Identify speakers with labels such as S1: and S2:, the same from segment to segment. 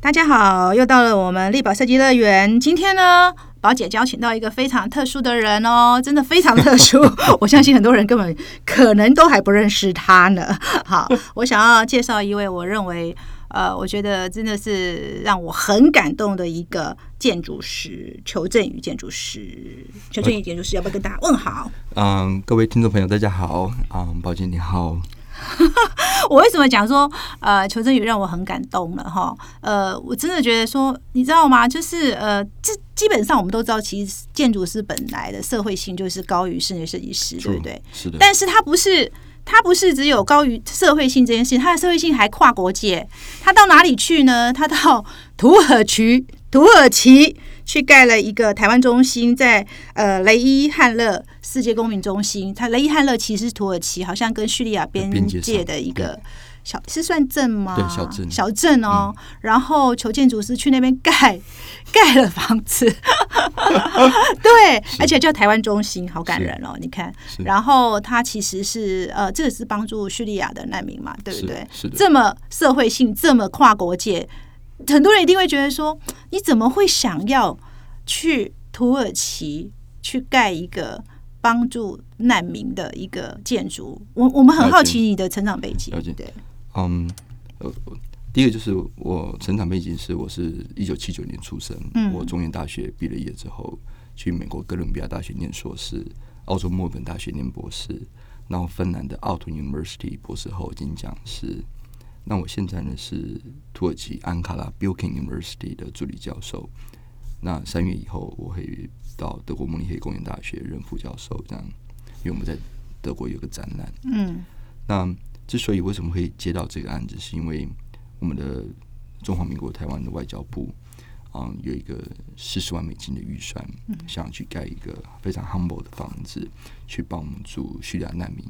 S1: 大家好，又到了我们力宝设计乐园。今天呢，宝姐邀请到一个非常特殊的人哦，真的非常特殊。 我相信很多人根本可能都还不认识他呢。好，我想要介绍一位我认为，呃，我觉得真的是让我很感动的一个建筑师——邱振宇建筑师。邱振宇建筑师，要不要跟大家问好？
S2: 嗯，各位听众朋友，大家好。嗯，宝姐你好。
S1: 我为什么讲说呃求真宇让我很感动了哈？呃，我真的觉得说，你知道吗？就是呃，这基本上我们都知道，其实建筑师本来的社会性就是高于室内设计师，对不对？
S2: 嗯是的。
S1: 但是它不是，它不是只有高于社会性这件事情，它的社会性还跨国界。它到哪里去呢？它到土耳其，土耳其去盖了一个台湾中心在，呃雷伊汉勒世界公民中心。它雷伊汉勒其实是土耳其好像跟叙利亚边
S2: 边界
S1: 界
S2: 上
S1: 的一
S2: 对
S1: 个。小是算镇吗？
S2: 对小镇嗯
S1: 小镇哦。然后求建筑师去那边盖 盖了房子， 对，而且叫台湾中心，好感
S2: 是
S1: 人哦！你看，
S2: 是
S1: 然后他其实是呃，这个是帮助叙利亚的难民嘛，对不
S2: 是
S1: 对？
S2: 是的
S1: 这么社会性，这么跨国界，很多人一定会觉得说，你怎么会想要去土耳其去盖一个帮助难民的一个建筑？我我们很
S2: 了解
S1: 好奇你的成长背景
S2: 了解，
S1: 对，
S2: 嗯，呃，我第一个就是我成长背景是，我是一九七九年出生，
S1: 嗯
S2: 我中原大学毕了业之后，去美国哥伦比亚大学念硕士，澳洲墨尔本大学念博士，然后芬兰的奥托 University 博士后金讲师。那我现在呢是土耳其安卡拉 Bilken University 的助理教授。那三月以后我会到德国慕尼黑工业大学任副教授，这样，因为我们在德国有个展览。
S1: 嗯
S2: 那之所以为什么会接到这个案子，是因为我们的中华民国台湾的外交部，嗯，有一个四十万美金的预算，想去盖一个非常 humble 的房子，去帮我们住叙利亚难民。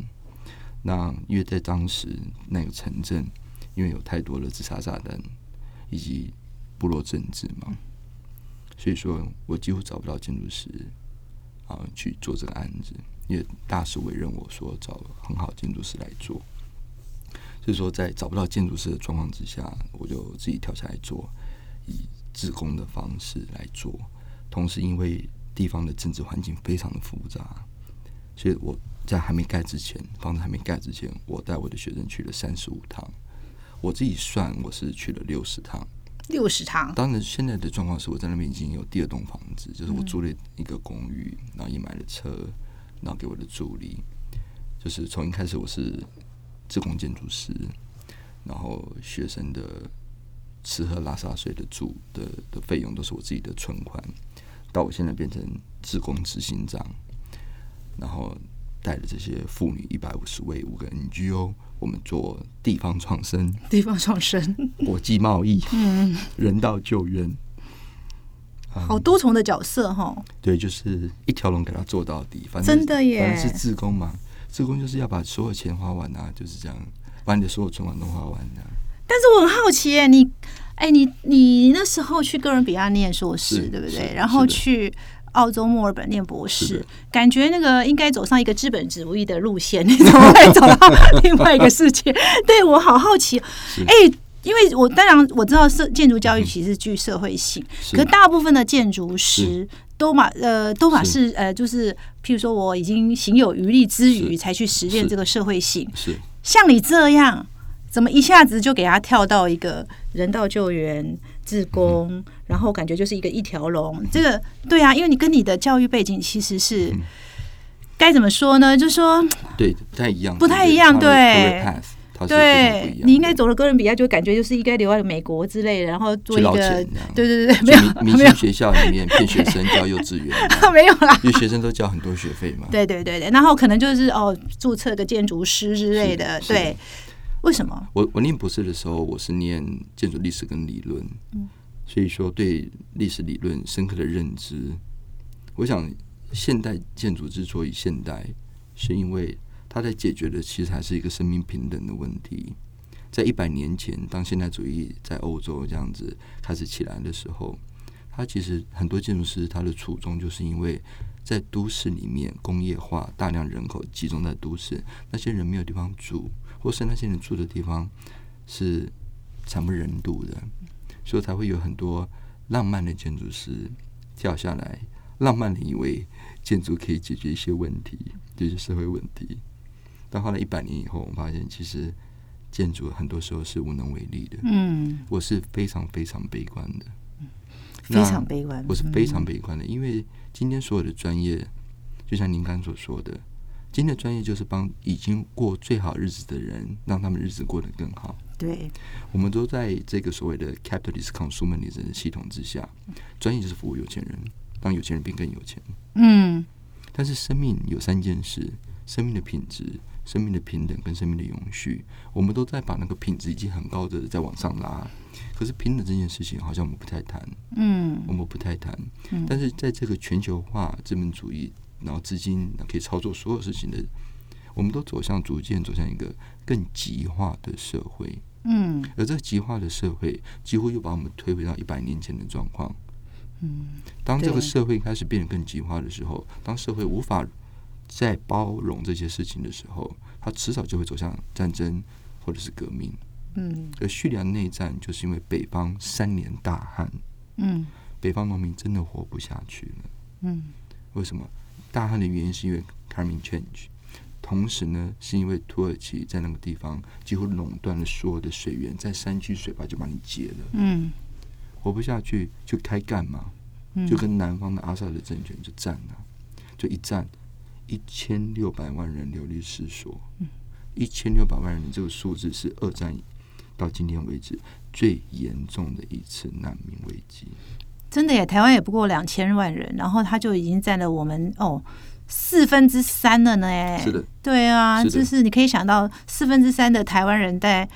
S2: 那因为在当时那个城镇，因为有太多的自杀炸弹以及部落政治嘛，所以说我几乎找不到建筑师啊、去做这个案子。也大师委任我说找很好的建筑师来做，所以说在找不到建筑师的状况之下，我就自己跳下来做，以自工的方式来做。同时，因为地方的政治环境非常的复杂，所以我在还没盖之前，房子还没盖之前，我带我的学生去了三十五趟，我自己算我是去了六十趟。
S1: 六十堂，
S2: 当然，现在的状况是我在那边已经有第二栋房子，就是我租了一个公寓，然后也买了车，然后给我的助理，就是从一开始我是自工建筑师，然后学生的吃喝拉撒睡的住的的费用都是我自己的存款，到我现在变成自工执行长，然后带了这些妇女一百五十位五个 NGO，我们做地方创生。
S1: 地方创生，
S2: 国际贸易，人道救援，
S1: 好多重的角色哈、哦，
S2: 对，就是一条龙给他做到底。反正
S1: 真的耶
S2: 反正是自工嘛，自工就是要把所有钱花完啊，就是这样，把你的所有存款都花完啊。
S1: 但是我很好奇耶，你，哎，你你那时候去哥伦比亚念硕士，
S2: 是
S1: 对不
S2: 是
S1: 对？
S2: 的
S1: 然后去澳洲墨尔本念博
S2: 是
S1: 士
S2: 的，
S1: 感觉那个应该走上一个资本主义的路线， 你怎么会走到另外一个世 界？对我好好奇，哎。因为我当然我知道社建筑教育其实具社会性，
S2: 嗯是
S1: 可大部分的建筑师都嘛呃都嘛
S2: 是
S1: 是呃就是譬如说我已经行有余力之余
S2: 是
S1: 才去实践
S2: 是
S1: 这个社会性，
S2: 是，
S1: 像你这样，怎么一下子就给他跳到一个人道救援、志工，
S2: 嗯
S1: 然后感觉就是一个一条龙？这个对啊，因为你跟你的教育背景其实是、
S2: 嗯
S1: 该怎么说呢？就说
S2: 对，不太一样，
S1: 不太一样
S2: 它的
S1: 对
S2: career path，它是非常不
S1: 对
S2: 一样的
S1: 你应该走了哥伦比亚，就感觉就是应该留在美国之类的，然后做一
S2: 去捞
S1: 个
S2: 钱这样
S1: 对对对对，没
S2: 去明
S1: 有没
S2: 明
S1: 有
S2: 星学校里面骗学生交幼稚园啊，
S1: 没有啦。
S2: 因为学生都交很多学费嘛。
S1: 对对对对，然后可能就是哦，注册个建筑师之类的，
S2: 是的
S1: 对。为什么？
S2: 我我念博士的时候，我是念建筑历史跟理论，所以说对历史理论深刻的认知。我想，现代建筑之所以现代，是因为它在解决的其实还是一个生命平等的问题。在一百年前，当现代主义在欧洲这样子开始起来的时候，它其实很多建筑师他的初衷就是因为在都市里面工业化，大量人口集中在都市，那些人没有地方住，或是那些人住的地方是惨不忍睹的，所以才会有很多浪漫的建筑师跳下来，浪漫的以为建筑可以解决一些问题，解决社会问题。但后来一百年以后，我们发现其实建筑很多时候是无能为力的。
S1: 嗯，
S2: 我是非常非常悲观的，
S1: 非常悲观。嗯
S2: 我是非常悲观的，因为今天所有的专业，就像您刚所说的，今天的专业就是帮已经过最好日子的人，让他们日子过得更好。
S1: 嗯对，
S2: 我们都在这个所谓的 capitalist consumerism 的系统之下，专业就是服务有钱人，让有钱人变更有钱。
S1: 嗯
S2: 但是生命有三件事：生命的品质、生命的平等跟生命的永续。我们都在把那个品质已经很高的在往上拉，可是平等这件事情好像我们不太谈，
S1: 嗯
S2: 我们不太谈
S1: 嗯。
S2: 但是在这个全球化资本主义，然后资金可以操作所有事情的，我们都走向逐渐走向一个更极化的社会。
S1: 嗯
S2: 而这个极化的社会，几乎又把我们推回到一百年前的状况。
S1: 嗯，
S2: 当这个
S1: 对
S2: 社会开始变得更极化的时候，当社会无法再包容这些事情的时候，它迟早就会走向战争或者是革命。
S1: 嗯
S2: 而叙利亚内战就是因为北方三年大旱，
S1: 嗯
S2: 北方农民真的活不下去了。
S1: 嗯
S2: 为什么？大旱的原因是因为 climate change，同时呢，是因为土耳其在那个地方几乎垄断了所有的水源，在山区水坝就把你截了。
S1: 嗯
S2: 活不下去就开干嘛？
S1: 嗯，
S2: 就跟南方的阿萨德政权就战了、就一战，一千六百万人流离失所，一千六百万人这个数字是二战到今天为止最严重的一次难民危机。
S1: 真的耶，台湾也不过两千万人，然后他就已经占了我们哦四分之三了呢。
S2: 是的，
S1: 对啊，
S2: 是的
S1: 就是你可以想到四分之三的台湾人在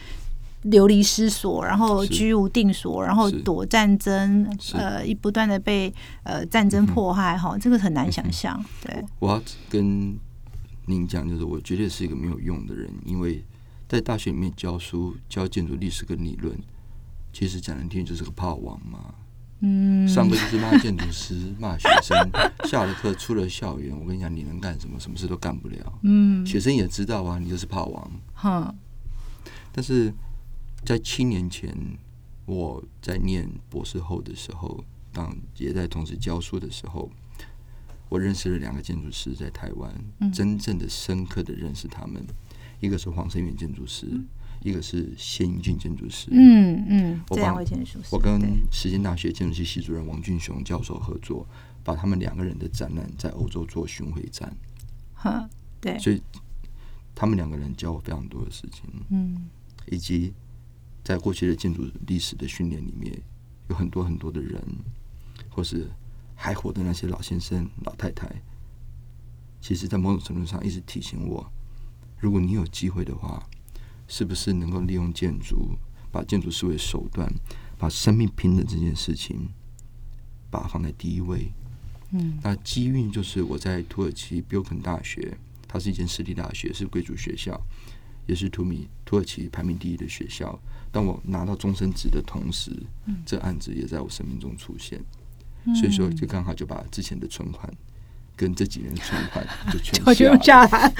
S1: 流离失所，然后
S2: 是
S1: 居无定所，然后
S2: 是
S1: 躲战争，
S2: 是嗯
S1: 呃，一不断的被呃战争迫害哈、这个很难想象。对，
S2: 我要跟您讲，就是我绝对是一个没有用的人，因为在大学里面教书教建筑历史跟理论，其实讲难听就是个炮王嘛。
S1: 嗯，
S2: 上课就是骂建筑师、骂学生， 下了课出了校园，我跟你讲，你能干什么？什么事都干不了。
S1: 嗯，
S2: 学生也知道啊，你就是炮王。
S1: 哈，
S2: 但是在七年前，我在念博士后的时候，当也在同时教书的时候，我认识了两个建筑师在台湾，真正的深刻的认识他们，一个是黄生远建筑师，一个是谢英俊建筑师。
S1: 嗯嗯，
S2: 我
S1: 这两
S2: 帮
S1: 位建筑师，
S2: 我跟
S1: 对
S2: 实践大学建筑系系主任王俊雄教授合作，把他们两个人的展览在欧洲做巡回展，
S1: 哈，对，
S2: 所以他们两个人教我非常多的事情，
S1: 嗯
S2: 以及在过去的建筑历史的训练里面，有很多很多的人，或是还活的那些老先生、老太太，其实在某种程度上一直提醒我，如果你有机会的话，是不是能够利用建筑，把建筑视为手段，把生命平等这件事情，把它放在第一位。
S1: 嗯
S2: 那机运就是我在土耳其 b i l k e n 大学，它是一间私立大学，是贵族学校，也是土米土耳其排名第一的学校。当我拿到终身职的同时，这案子也在我生命中出现，所以说就刚好就把之前的存款跟这几年的存款 就
S1: 我就
S2: 全下了
S1: 用，下来，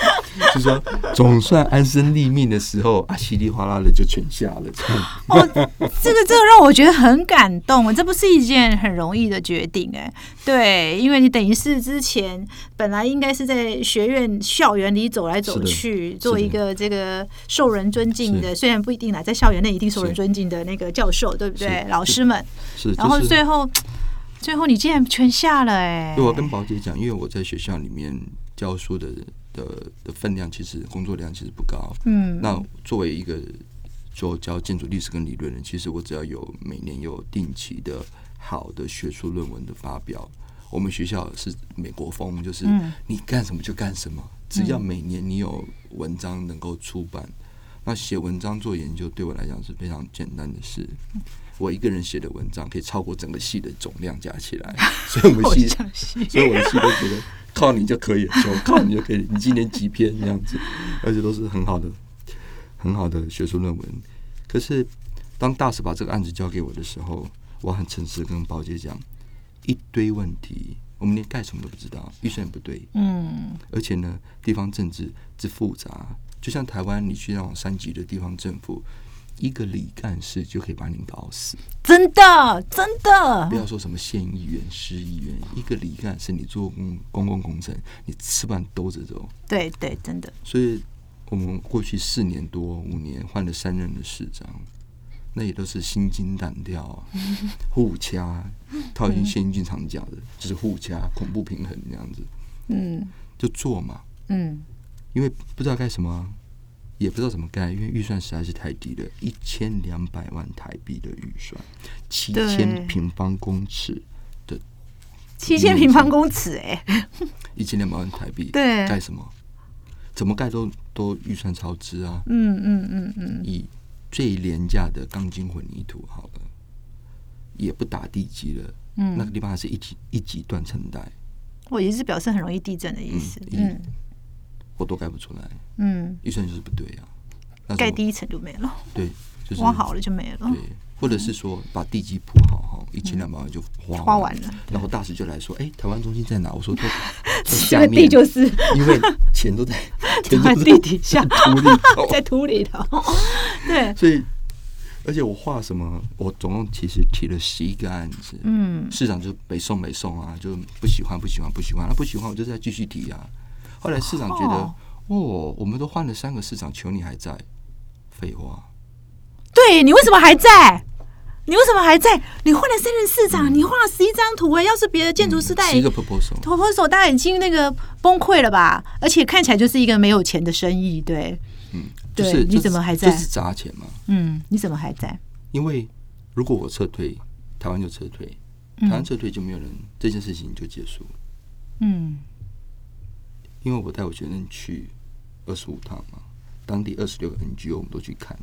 S2: 就说总算安身立命的时候啊，稀里哗啦的就全下 了。这样
S1: 哦，这个这个让我觉得很感动，这不是一件很容易的决定哎、对，因为你等于是之前本来应该是在学院校园里走来走去，做一个这个受人尊敬的，虽然不一定啦，在校园内一定受人
S2: 是
S1: 尊敬的那个教授，对不对？
S2: 是
S1: 老师们，
S2: 是，
S1: 然后
S2: 就是
S1: 最后最后你竟然全下了哎、
S2: 对，我啊跟宝姐讲，因为我在学校里面教书的的的分量，其实工作量其实不高。
S1: 嗯
S2: 那作为一个做教建筑历史跟理论的，其实我只要有每年有定期的好的学术论文的发表，我们学校是美国风，就是
S1: 嗯
S2: 你干什么就干什么，只要每年你有文章能够出版，那写文章做研究对我来讲是非常简单的事。
S1: 嗯
S2: 我一个人写的文章可以超过整个系的总量加 起来，所以我们
S1: 我
S2: 系
S1: 相信，
S2: 所以我的戏都觉得靠你就可以了，就靠你就可以了，你今年几篇这样子，而且都是很好的、很好的学术论文。可是当大使把这个案子交给我的时候，我很诚实地跟宝姐讲，一堆问题，我们连盖什么都不知道，预算也不对，
S1: 嗯
S2: 而且呢，地方政治之复杂，就像台湾，你去那种三级的地方政府，一个李干事就可以把您搞死。
S1: 真的真的
S2: 不，要说什么县议员、市议员，一个李干事，你做公公共工程，你吃饭兜着走。
S1: 对对，真的
S2: 所以我们过去四年多五年换了三任的市长，那也都是心惊胆跳啊，互掐。套用谢英俊常讲的，就是互掐、恐怖平衡这样子，
S1: 嗯
S2: 就做嘛，
S1: 嗯
S2: 因为不知道该什么啊，也不知道怎么盖，因为预算实在是太低了，一千两百万台币的预算，七
S1: 对
S2: 千平方公尺。
S1: 七千平方公尺哎、
S2: 一千两百万台币，
S1: 对
S2: 盖什么？怎么盖都都预算超支啊！
S1: 嗯嗯嗯嗯，
S2: 以最廉价的钢筋混凝土好了，也不打地基了，
S1: 嗯
S2: 那个地方还是一级一级断层带，
S1: 我也是表示很容易地震的意思，
S2: 嗯
S1: 嗯
S2: 我都盖不出来，
S1: 嗯，
S2: 预算就是不对啊。那
S1: 盖
S2: 怎么
S1: 第一层就没了，
S2: 对，就是
S1: 挖好了就没了
S2: 对，，或者是说把地基铺好哈，一千两百万就花
S1: 挖
S2: 完
S1: 嗯完了。
S2: 然后大使就来说：“哎，台湾中心在哪？” 我说：“在在
S1: 这
S2: 下
S1: 个地
S2: 面，
S1: 就是
S2: 因为 钱都在钱
S1: 在
S2: 都在
S1: 地底下，
S2: 土里 头。”
S1: 在土里头，
S2: 哦
S1: 对，
S2: 所以，而且我画什么，我总共其实提了十一个案子。
S1: 嗯，
S2: 市长就北送北送啊，就不喜欢不喜欢不喜欢，啊那、不喜欢我就再继续提啊。后来市长觉得，
S1: 哦
S2: 哦我们都换了三个市长，求你还在，废话，
S1: 对你为什么还在？你为什么还在？你换了三任市长，你画了十一张图哎、要是别的建筑师带
S2: 嗯十一个 proposal，
S1: 头破手，大家已经那个崩溃了吧？而且看起来就是一个没有钱的生意，对，
S2: 嗯，就
S1: 对
S2: 是
S1: 你
S2: 这
S1: 怎么还
S2: 这
S1: 在
S2: 是砸钱嘛？
S1: 嗯，你怎么还在？
S2: 因为如果我撤退，台湾就撤退，台湾撤退就没有人，这件事情就结束。
S1: 嗯
S2: 因为我带我学生去二十五趟嘛，当地二十六个 NGO 我们都去看。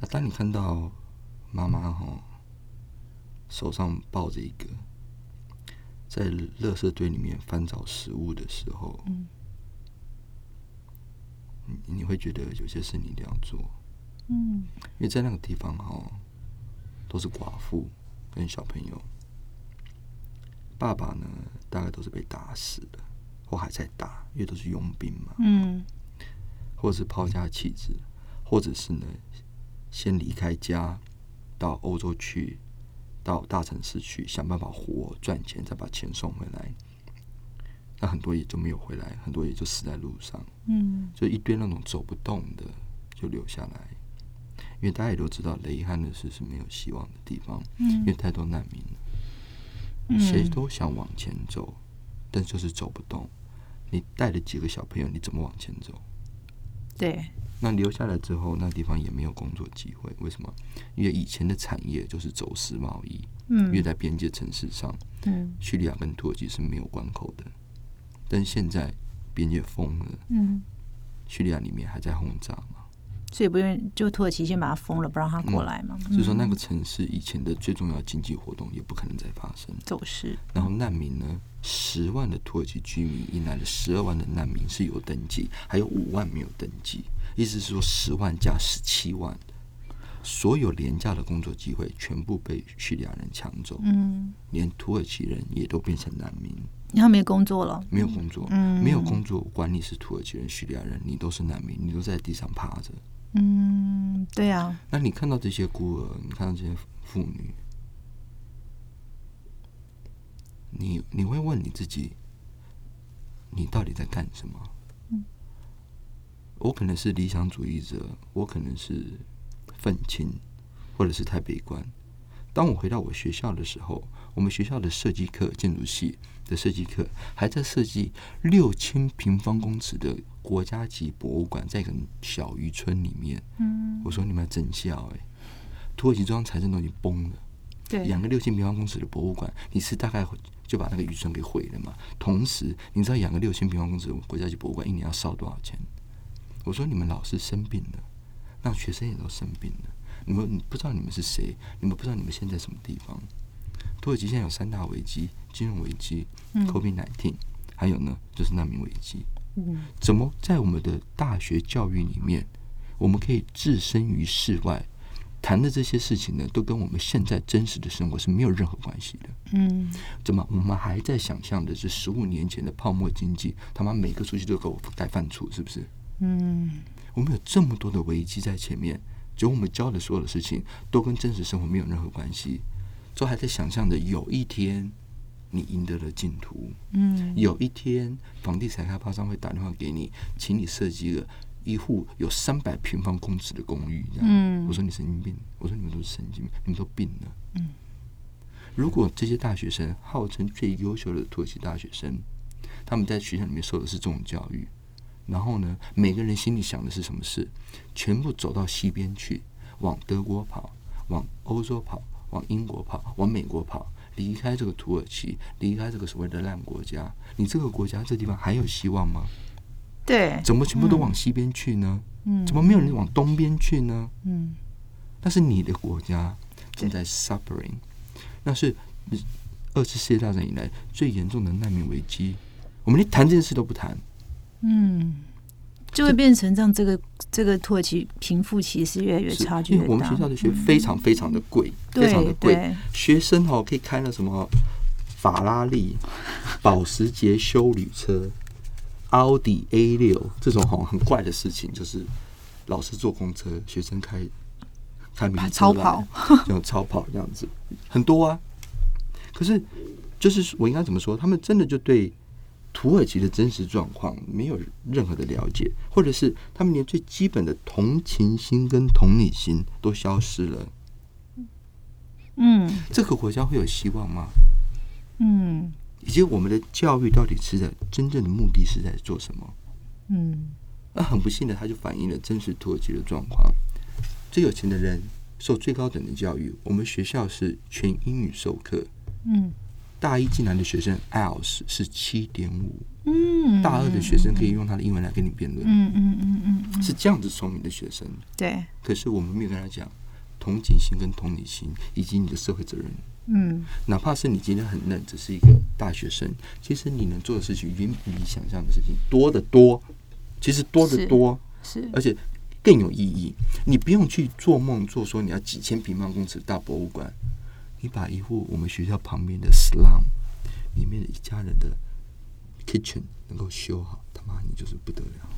S2: 啊，当你看到妈妈哈手上抱着一个在垃圾堆里面翻找食物的时候，
S1: 嗯
S2: 你你会觉得有些事你一定要做，
S1: 嗯
S2: 因为在那个地方哈都是寡妇跟小朋友，爸爸呢大概都是被打死的，或还在打，因为都是佣兵嘛。
S1: 嗯
S2: 或者是抛家弃子，或者是呢，先离开家，到欧洲去，到大城市去想办法活赚钱，再把钱送回来。那很多也就没有回来，很多也就死在路上，
S1: 嗯
S2: 就一堆那种走不动的就留下来，因为大家也都知道雷汉的事是没有希望的地方，
S1: 嗯
S2: 因为太多难民了，谁都想往前走，但就是走不动。你带了几个小朋友，你怎么往前走？
S1: 对，
S2: 那留下来之后，那地方也没有工作机会，为什么？因为以前的产业就是走私贸易，因为
S1: 嗯
S2: 在边界城市上，
S1: 嗯
S2: 叙利亚跟土耳其是没有关口的，但现在边界封了，
S1: 嗯，
S2: 叙利亚里面还在轰炸嘛，
S1: 所以不愿就土耳其先把它封了，不让它
S2: 嗯
S1: 过来嘛，
S2: 所以说那个城市以前的最重要的经济活动也不可能再发生。
S1: 走势，
S2: 然后难民呢，十万的土耳其居民迎来了十二万的难民是有登记，还有五万没有登记，意思是说十万加十七万，所有廉价的工作机会全部被叙利亚人抢走，
S1: 嗯，
S2: 连土耳其人也都变成难民，
S1: 然后没工作了，
S2: 没有工作，
S1: 嗯
S2: 没有工作，管你是土耳其人、叙利亚人，你都是难民，你都在地上趴着。
S1: 嗯，对啊，
S2: 那你看到这些孤儿，你看到这些妇女，你你会问你自己，你到底在干什么？我可能是理想主义者，我可能是愤青，或者是太悲观。当我回到我学校的时候，我们学校的设计课，建筑系的设计课，还在设计六千平方公尺的国家级博物馆，在一个小渔村里面。我说你们要真笑哎、土耳其中央财政都已经崩了，
S1: 对
S2: 养个六千平方公尺的博物馆，你是大概就把那个渔村给毁了嘛？同时，你知道养个六千平方公尺的国家级博物馆一年要烧多少钱？我说你们老师生病了，那学生也都生病了，你们你不知道你们是谁，你们不知道你们现在什么地方。土耳其现在有三大危机：金融危机、COVID-19，还有呢就是难民危机。
S1: 嗯
S2: 怎么在我们的大学教育里面，我们可以置身于世外，谈的这些事情呢，都跟我们现在真实的生活是没有任何关系的。
S1: 嗯，
S2: 怎么我们还在想象的是十五年前的泡沫经济？他妈每个出去都给我盖饭处，是不是？
S1: 嗯，
S2: 我们有这么多的危机在前面，结果我们教的所有的事情都跟真实生活没有任何关系，都还在想象着有一天你赢得了净土，
S1: 嗯，
S2: 有一天房地产开发商会打电话给你，请你设计了一户有三百平方公尺的公寓，这样，
S1: 嗯
S2: 我说你神经病，我说你们都是神经病，你们都病了，嗯，如果这些大学生号称最优秀的土耳其大学生，他们在学校里面受的是这种教育，然后呢，每个人心里想的是什么事，全部走到西边去，往德国跑，往欧洲跑，往英国跑，往美国跑，离开这个土耳其，离开这个所谓的烂国家，你这个国家这地方还有希望吗？
S1: 对，
S2: 怎么全部都往西边去呢？
S1: 嗯
S2: 怎么没有人往东边去呢？
S1: 嗯
S2: 那是你的国家正在 suffering，那是二次世界大战以来最严重的难民危机。我们连谈这件事都不谈，
S1: 嗯，就会变成让这个这个土耳其贫富其实越来越
S2: 是
S1: 差距
S2: 因为
S1: 越
S2: 我们
S1: 大嗯
S2: 学。校的学费非常非常的贵，
S1: 对
S2: 非常的贵
S1: 对，
S2: 学生哦可以开了什么法拉利、保时捷修旅车、奥迪 A 六这种哦很怪的事情，就是老师坐公车，学生开开名车来
S1: 超跑，
S2: 这种超跑这样子很多啊。可是就是我应该怎么说？他们真的就对土耳其的真实状况没有任何的了解，或者是他们连最基本的同情心跟同理心都消失了。
S1: 嗯
S2: 这个国家会有希望吗？
S1: 嗯
S2: 以及我们的教育到底是在真正的目的是在做什么？
S1: 嗯
S2: 那很不幸的，它就反映了真实土耳其的状况。最有钱的人受最高等的教育，我们学校是全英语授课，
S1: 嗯
S2: 大一进来的学生 IELTS 是七点五，
S1: 嗯，
S2: 大二的学生可以用他的英文来跟你辩论，
S1: 嗯嗯嗯嗯，嗯
S2: 是这样子聪明的学生。
S1: 对，
S2: 可是我们没有跟他讲同情心跟同理心，以及你的社会责任。
S1: 嗯
S2: 哪怕是你今天很嫩，只是一个大学生，其实你能做的事情远比你想象的事情多得多，其实多得多，
S1: 是，
S2: 而且更有意义。你不用去做梦做说你要几千平方公尺大博物馆，你把一户我们学校旁边的 slum 里面的一家人的 kitchen 能够修好，他妈你就是不得了。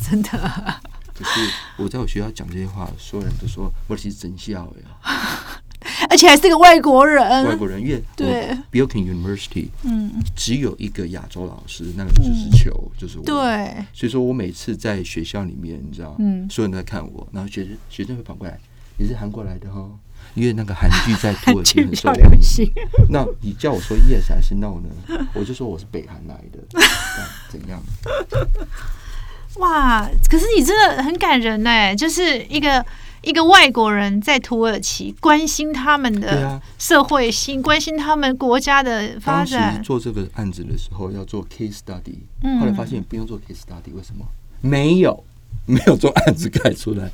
S1: 真的，
S2: 可是我在我学校讲这些话，所有人都说我是真笑呀。
S1: 啊而且还是个外国人，
S2: 外国人，因为
S1: 对
S2: 我 Bilkin University，
S1: 嗯，
S2: 只有一个亚洲老师，那个就是球，就是我。，
S1: 对，
S2: 所以说我每次在学校里面，你知道，
S1: 嗯
S2: 所有人都在看我，然后学生学生会跑过来，你是韩国来的哦，因为那个韩剧在土耳其
S1: 剧
S2: 很
S1: 比
S2: 受
S1: 较
S2: 欢
S1: 流
S2: 迎。
S1: 行，
S2: 那你叫我说 yes 还是 no 呢？我就说我是北韩来 的，这样怎样？
S3: 哇，可是你真的很感人哎，就是一个一个外国人在土耳其关心他们
S2: 对
S3: 的
S2: 啊
S3: 社会性，关心他们国家的发
S2: 当时
S3: 展。
S2: 做这个案子的时候要做 case study，、
S3: 嗯
S2: 后来发现不用做 case study，为什么？没有， 没有做案子盖出来。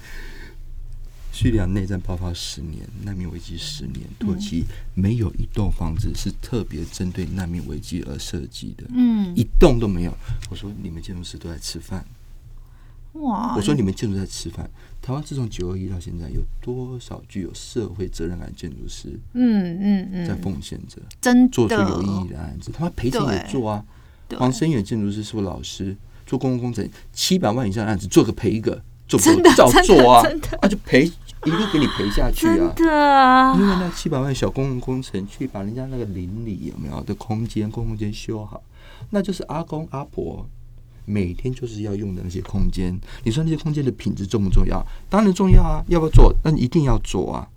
S2: 叙利亚内战爆发十年，难民危机十年，土耳其没有一栋房子是特别针对难民危机而设计的，
S3: 嗯，
S2: 一栋都没有。我说你们建筑师都在吃饭，
S3: 哇，
S2: 我说你们建筑在吃饭。台湾自从九二一到现在，有多少具有社会责任感的建筑师
S3: 嗯嗯
S2: 在
S3: 嗯，
S2: 奉献着？
S3: 真
S2: 做出有意义
S3: 的，
S2: 的案子，他们赔钱也做啊。
S3: 对
S2: 黄生远建筑师是我老师，做公共工程七百万以上的案子，做个赔一个，做
S3: 真的
S2: 不照做啊
S3: 真的真的，
S2: 啊就赔一路给你赔下去啊
S3: 真。的
S2: 因为那七百万小公共工程去把人家那个邻里有没有的空间公共空间修好，那就是阿公阿婆每天就是要用的那些空间。你说那些空间的品质重不重要？当然重要啊，要不要做？那你一定要做啊。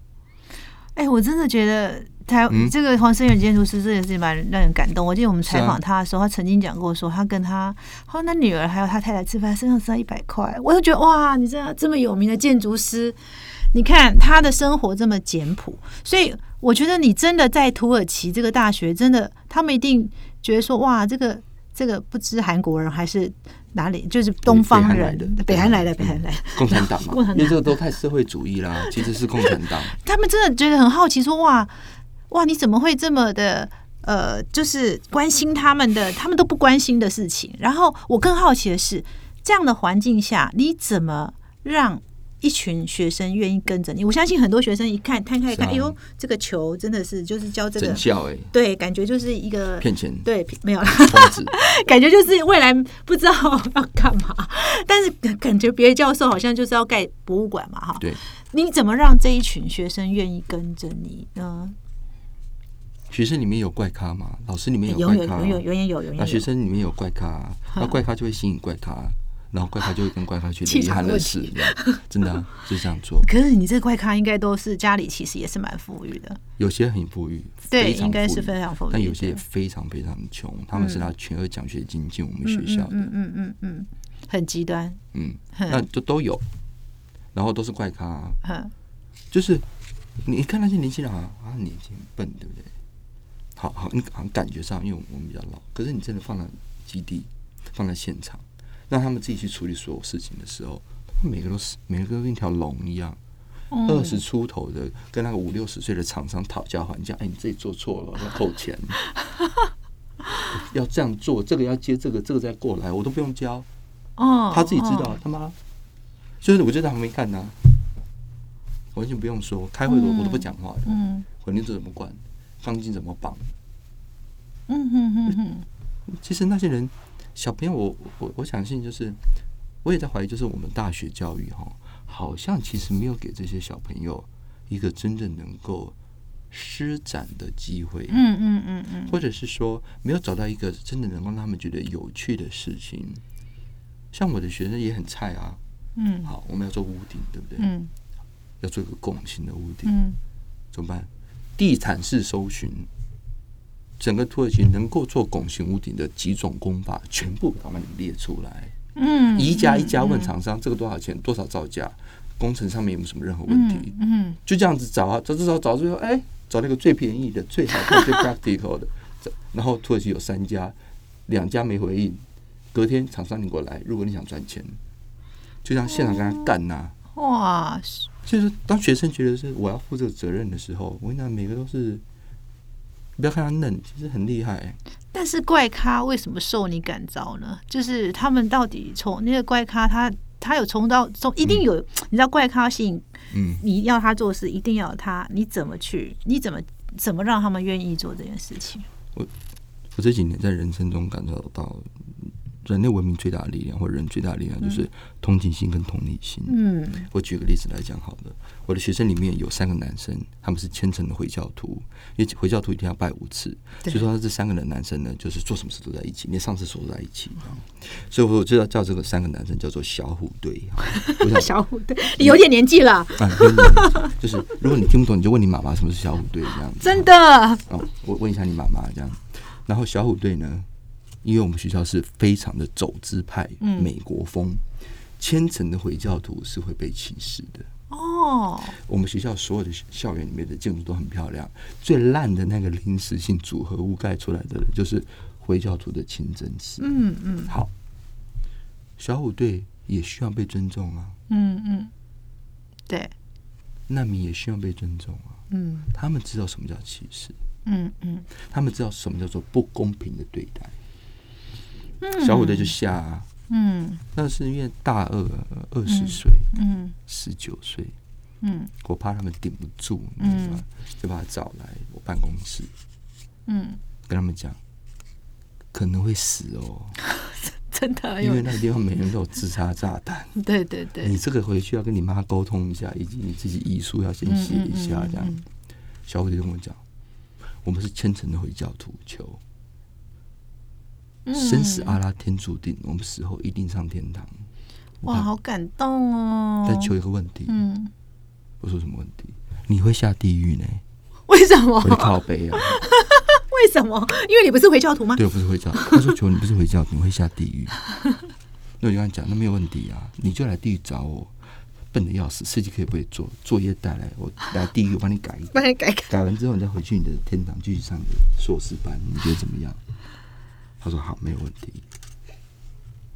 S3: 哎、我真的觉得台、
S2: 嗯
S3: 这个黄生远建筑师这件事情蛮让人感动。我记得我们采
S2: 是啊
S3: 访他的时候，他曾经讲过说，他跟他他说那女儿还有他太太吃饭，身上只要一百块，我就觉得哇，你这样这么有名的建筑师，你看他的生活这么简朴，所以我觉得你真的在土耳其这个大学，真的他们一定觉得说哇，这个这个不知韩国人还是哪里，就是东
S2: 北
S3: 方
S2: 韩来
S3: 人
S2: 的，啊
S3: 北韩来的，北韩来的。
S2: 共产党 嘛，
S3: 共产党
S2: 因为这个都太社会主义啦，其实是共产 党。
S3: 他们真的觉得很好奇说哇哇，你怎么会这么的？呃，就是关心他们的，他们都不关心的事情。然后我更好奇的是，这样的环境下，你怎么让
S1: 一群学生愿意跟着你。我相信很多学生一看，摊开一看，
S2: 是
S1: 哎
S2: 啊
S1: 呦，这个球真的是就是教这个
S2: 整，校哎、
S1: 对，感觉就是一个
S2: 骗钱
S1: 对，没有啦，
S2: 疯子，
S1: 感觉就是未来不知道要干嘛，但是感觉别的教授好像就是要盖博物馆嘛，哈。
S2: 对。
S1: 你怎么让这一群学生愿意跟着你呢？
S2: 学生里面有怪咖嘛，老师里面有
S1: 有有
S2: 怪咖
S1: 有
S2: 啊，
S1: 有有也有有
S2: 那
S1: 有
S2: 学生里面有怪咖啊，那怪咖就会吸引怪咖啊，然后怪咖就会跟怪咖去
S1: 气
S2: 遗
S1: 场
S2: 憾的
S1: 问
S2: 事
S1: 题，
S2: 这样真的啊、就是这样做。
S1: 可是你这怪咖应该都是家里其实也是蛮富裕的，
S2: 有些很富裕，
S1: 对
S2: 非常
S1: 应该
S2: 富
S1: 是
S2: 裕
S1: 非常富裕
S2: 但有些
S1: 的
S2: 也非常非常穷，他们是拿全额奖学金进我们学校的，
S1: 嗯嗯嗯嗯，很极端，
S2: 嗯，
S1: 哼
S2: 那就都有，然后都是怪咖啊、
S1: 哼，
S2: 就是你看那些年轻人好像啊，年轻笨，对不对？好好，你好像感觉上，因为我们我们比较老，可是你真的放在基地，放在现场，让他们自己去处理所有事情的时候，他们每个都是每个都跟一条龙一样。二十出头的跟那个五六十岁的厂商讨价还价，哎，你这里做错了，要扣钱，要这样做，这个要接这个，这个再过来，我都不用教，
S1: 哦，
S2: 他自己知
S1: 哦
S2: 道，他妈，就是我就在旁边看他，完全不用说，开会我我都不讲话的，
S1: 嗯
S2: 混凝土怎么灌，钢筋怎么绑，
S1: 嗯嗯嗯嗯，
S2: 其实那些人，小朋友我，我我我相信就是，我也在怀疑，就是我们大学教育哈，好像其实没有给这些小朋友一个真正能够施展的机会，
S1: 嗯嗯嗯嗯，
S2: 或者是说没有找到一个真的能够让他们觉得有趣的事情。像我的学生也很菜啊，
S1: 嗯
S2: 好，我们要做屋顶，对不对？
S1: 嗯
S2: 要做一个拱形的屋顶，
S1: 嗯
S2: 怎么办？地毯式搜寻，整个土耳其能够做拱形屋顶的几种工法，全部把它们列出来。
S1: 嗯，
S2: 一家一家问厂商，这个多少钱，多少造价，工程上面有没有什么任何问题？
S1: 嗯
S2: 就这样子找啊，找找找找，最后哎，找那个最便宜的、最好看、最 practical 的。这然后土耳其有三家，两家没回应，隔天厂商你给我来，如果你想赚钱，就这样现场跟他干呐、
S1: 哇，
S2: 所以说，当学生觉得是我要负这个责任的时候，我跟你讲，每个都是，不要看他嫩，其实很厉害、欸
S1: 但是怪咖为什么受你感召呢？就是他们到底从那个怪咖他。他有从到从一定有，你知道怪咖吸引
S2: 嗯，
S1: 你要他做事，一定要有他，你怎么去？你怎么怎么让他们愿意做这件事情？
S2: 我这几年在人生中感受到，人类文明最大的力量，或人最大的力量就是同情心跟同理心。
S1: 嗯
S2: 我举个例子来讲好了，我的学生里面有三个男生，他们是虔诚的回教徒，因为回教徒一天要拜五次，所以说这三个人男生呢，就是做什么事都在一起，连上厕所都在一起，啊所以我就要叫这个三个男生叫做小虎队。啊我想
S1: 小虎队你有点年纪了，
S2: 啊，跟你讲就是 如果你听不懂，你就问你妈妈什么是小虎队这样子。
S1: 真的，
S2: 哦，我问一下你妈妈这样。然后小虎队呢，因为我们学校是非常的走资派，
S1: 嗯
S2: 美国风，虔诚的回教徒是会被歧视的。
S1: 哦，
S2: 我们学校所有的校园里面的建筑都很漂亮，最烂的那个临时性组合物盖出来的就是回教徒的清真寺。
S1: 嗯嗯
S2: 好，小虎队也需要被尊重啊，
S1: 嗯嗯，对，
S2: 难民也需要被尊重啊，
S1: 嗯
S2: 他们知道什么叫歧视。
S1: 嗯嗯
S2: 他们知道什么叫做不公平的对待。小虎队就下、啊，
S1: 嗯
S2: 那是因为大二二十岁、
S1: 嗯
S2: 十九岁，
S1: 嗯
S2: 我怕他们顶不住，你知道吗？就把他找来我办公室，
S1: 嗯，
S2: 跟他们讲，可能会死哦，
S1: 真的
S2: 因
S1: 有
S2: 为，那个地方每人都有自杀炸弹。
S1: 对对哎对
S2: 你，这个回去要跟你妈沟通一下，以及你自己遗书要先写一下，这样。
S1: 嗯
S2: 小虎队跟我讲，我们是虔诚的回教徒，求
S1: 嗯
S2: 生死阿拉天注定，我们死后一定上天堂。
S1: 哇，好感动
S2: 但
S1: 哦。
S2: 啊求一个问题，
S1: 嗯，
S2: 我说什么问题？你会下地狱呢？
S1: 为什么
S2: 我？就靠背啊，
S1: 为什么？因为你不是回教徒吗？
S2: 对，我不是回教。他说：“求你不是回教，你会下地狱。” 那我就跟他讲，那没有问题啊，你就来地狱找我，笨的要死，设计课也不会做，作业带来，我来地狱我帮你改一改，
S1: 帮你改改。
S2: 改完之后你再回去你的天堂继续上你的硕士班，你觉得怎么样？他说好，没有问题。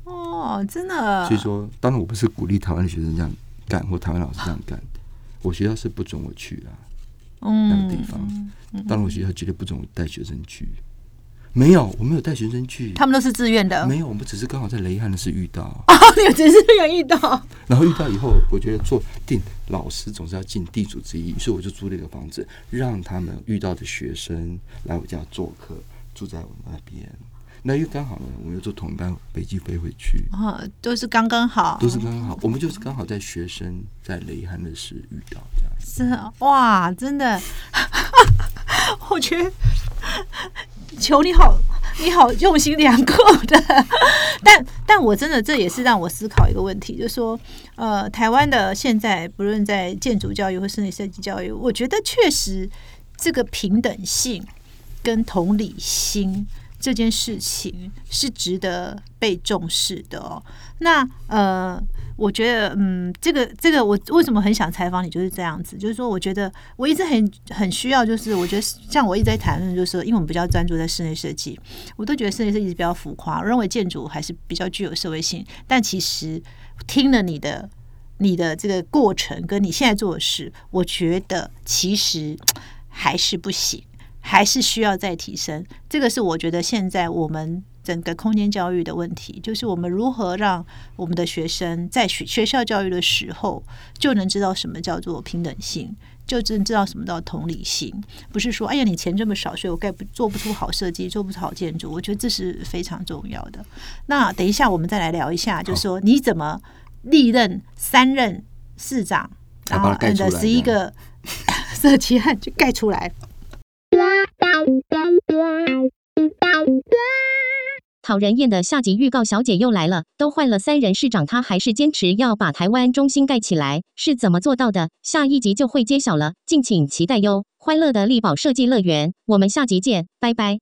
S1: 哦，真的。
S2: 所以说，当然我不是鼓励台湾的学生这样干，或台湾老师这样干，我学校是不准我去啊。那个
S1: 嗯
S2: 地方。当然，我学校绝对不准我带学生去，没有，我没有带学生去，
S1: 他们啊都是自愿的。
S2: 没有，我们只是刚好在雷汉的事遇到，啊
S1: 哦，你们只是有遇到，
S2: 然后遇到以后，我觉得做定老师总是要尽地主之谊，所以我就租了一个房子，让他们遇到的学生来我家做客，住在我那边。那又刚好呢，我们又坐同班飞机飞回去，
S1: 啊、都是刚刚好
S2: 都，是刚好，我们就是刚好在学生在雷汉的事遇到这样子。
S1: 是哇，真的， 我觉得求你好，你好用心良苦的， 但但我真的这也是让我思考一个问题，就是说，呃，台湾的现在不论在建筑教育或室内设计教育，我觉得确实这个平等性跟同理心。这件事情是值得被重视的哦。那呃，我觉得，嗯，这个这个，我为什么很想采访你，就是这样子，就是说，我觉得我一直很很需要，就是我觉得像我一直在谈论，就是说因为我们比较专注在室内设计，我都觉得室内设计比较浮夸，我认为建筑还是比较具有社会性，但其实听了你的。你的这个过程跟你现在做的事，我觉得其实还是不行。还是需要再提升。这个是我觉得现在我们整个空间教育的问题，就是我们如何让我们的学生在学学校教育的时候就能知道什么叫做平等性。就真知道什么叫同理心，不是说哎呀你钱这么少，所以我盖不做不出好设计，做不出好建筑。我觉得这是非常重要的。那等一下我们再来聊一下，就是说你怎么历任三任市长，
S2: 要
S1: 然
S2: 把
S1: 后
S2: 它盖
S1: 你
S2: 出来
S1: 的十一
S2: 这
S1: 个 设计案就盖出来。
S4: 讨人厌的下集预告，小姐又来了。都换了三人市长，她还是坚持要把台湾中心盖起来，是怎么做到的？下一集就会揭晓了，敬请期待哟！欢乐的力宝设计乐园，我们下集见，拜拜。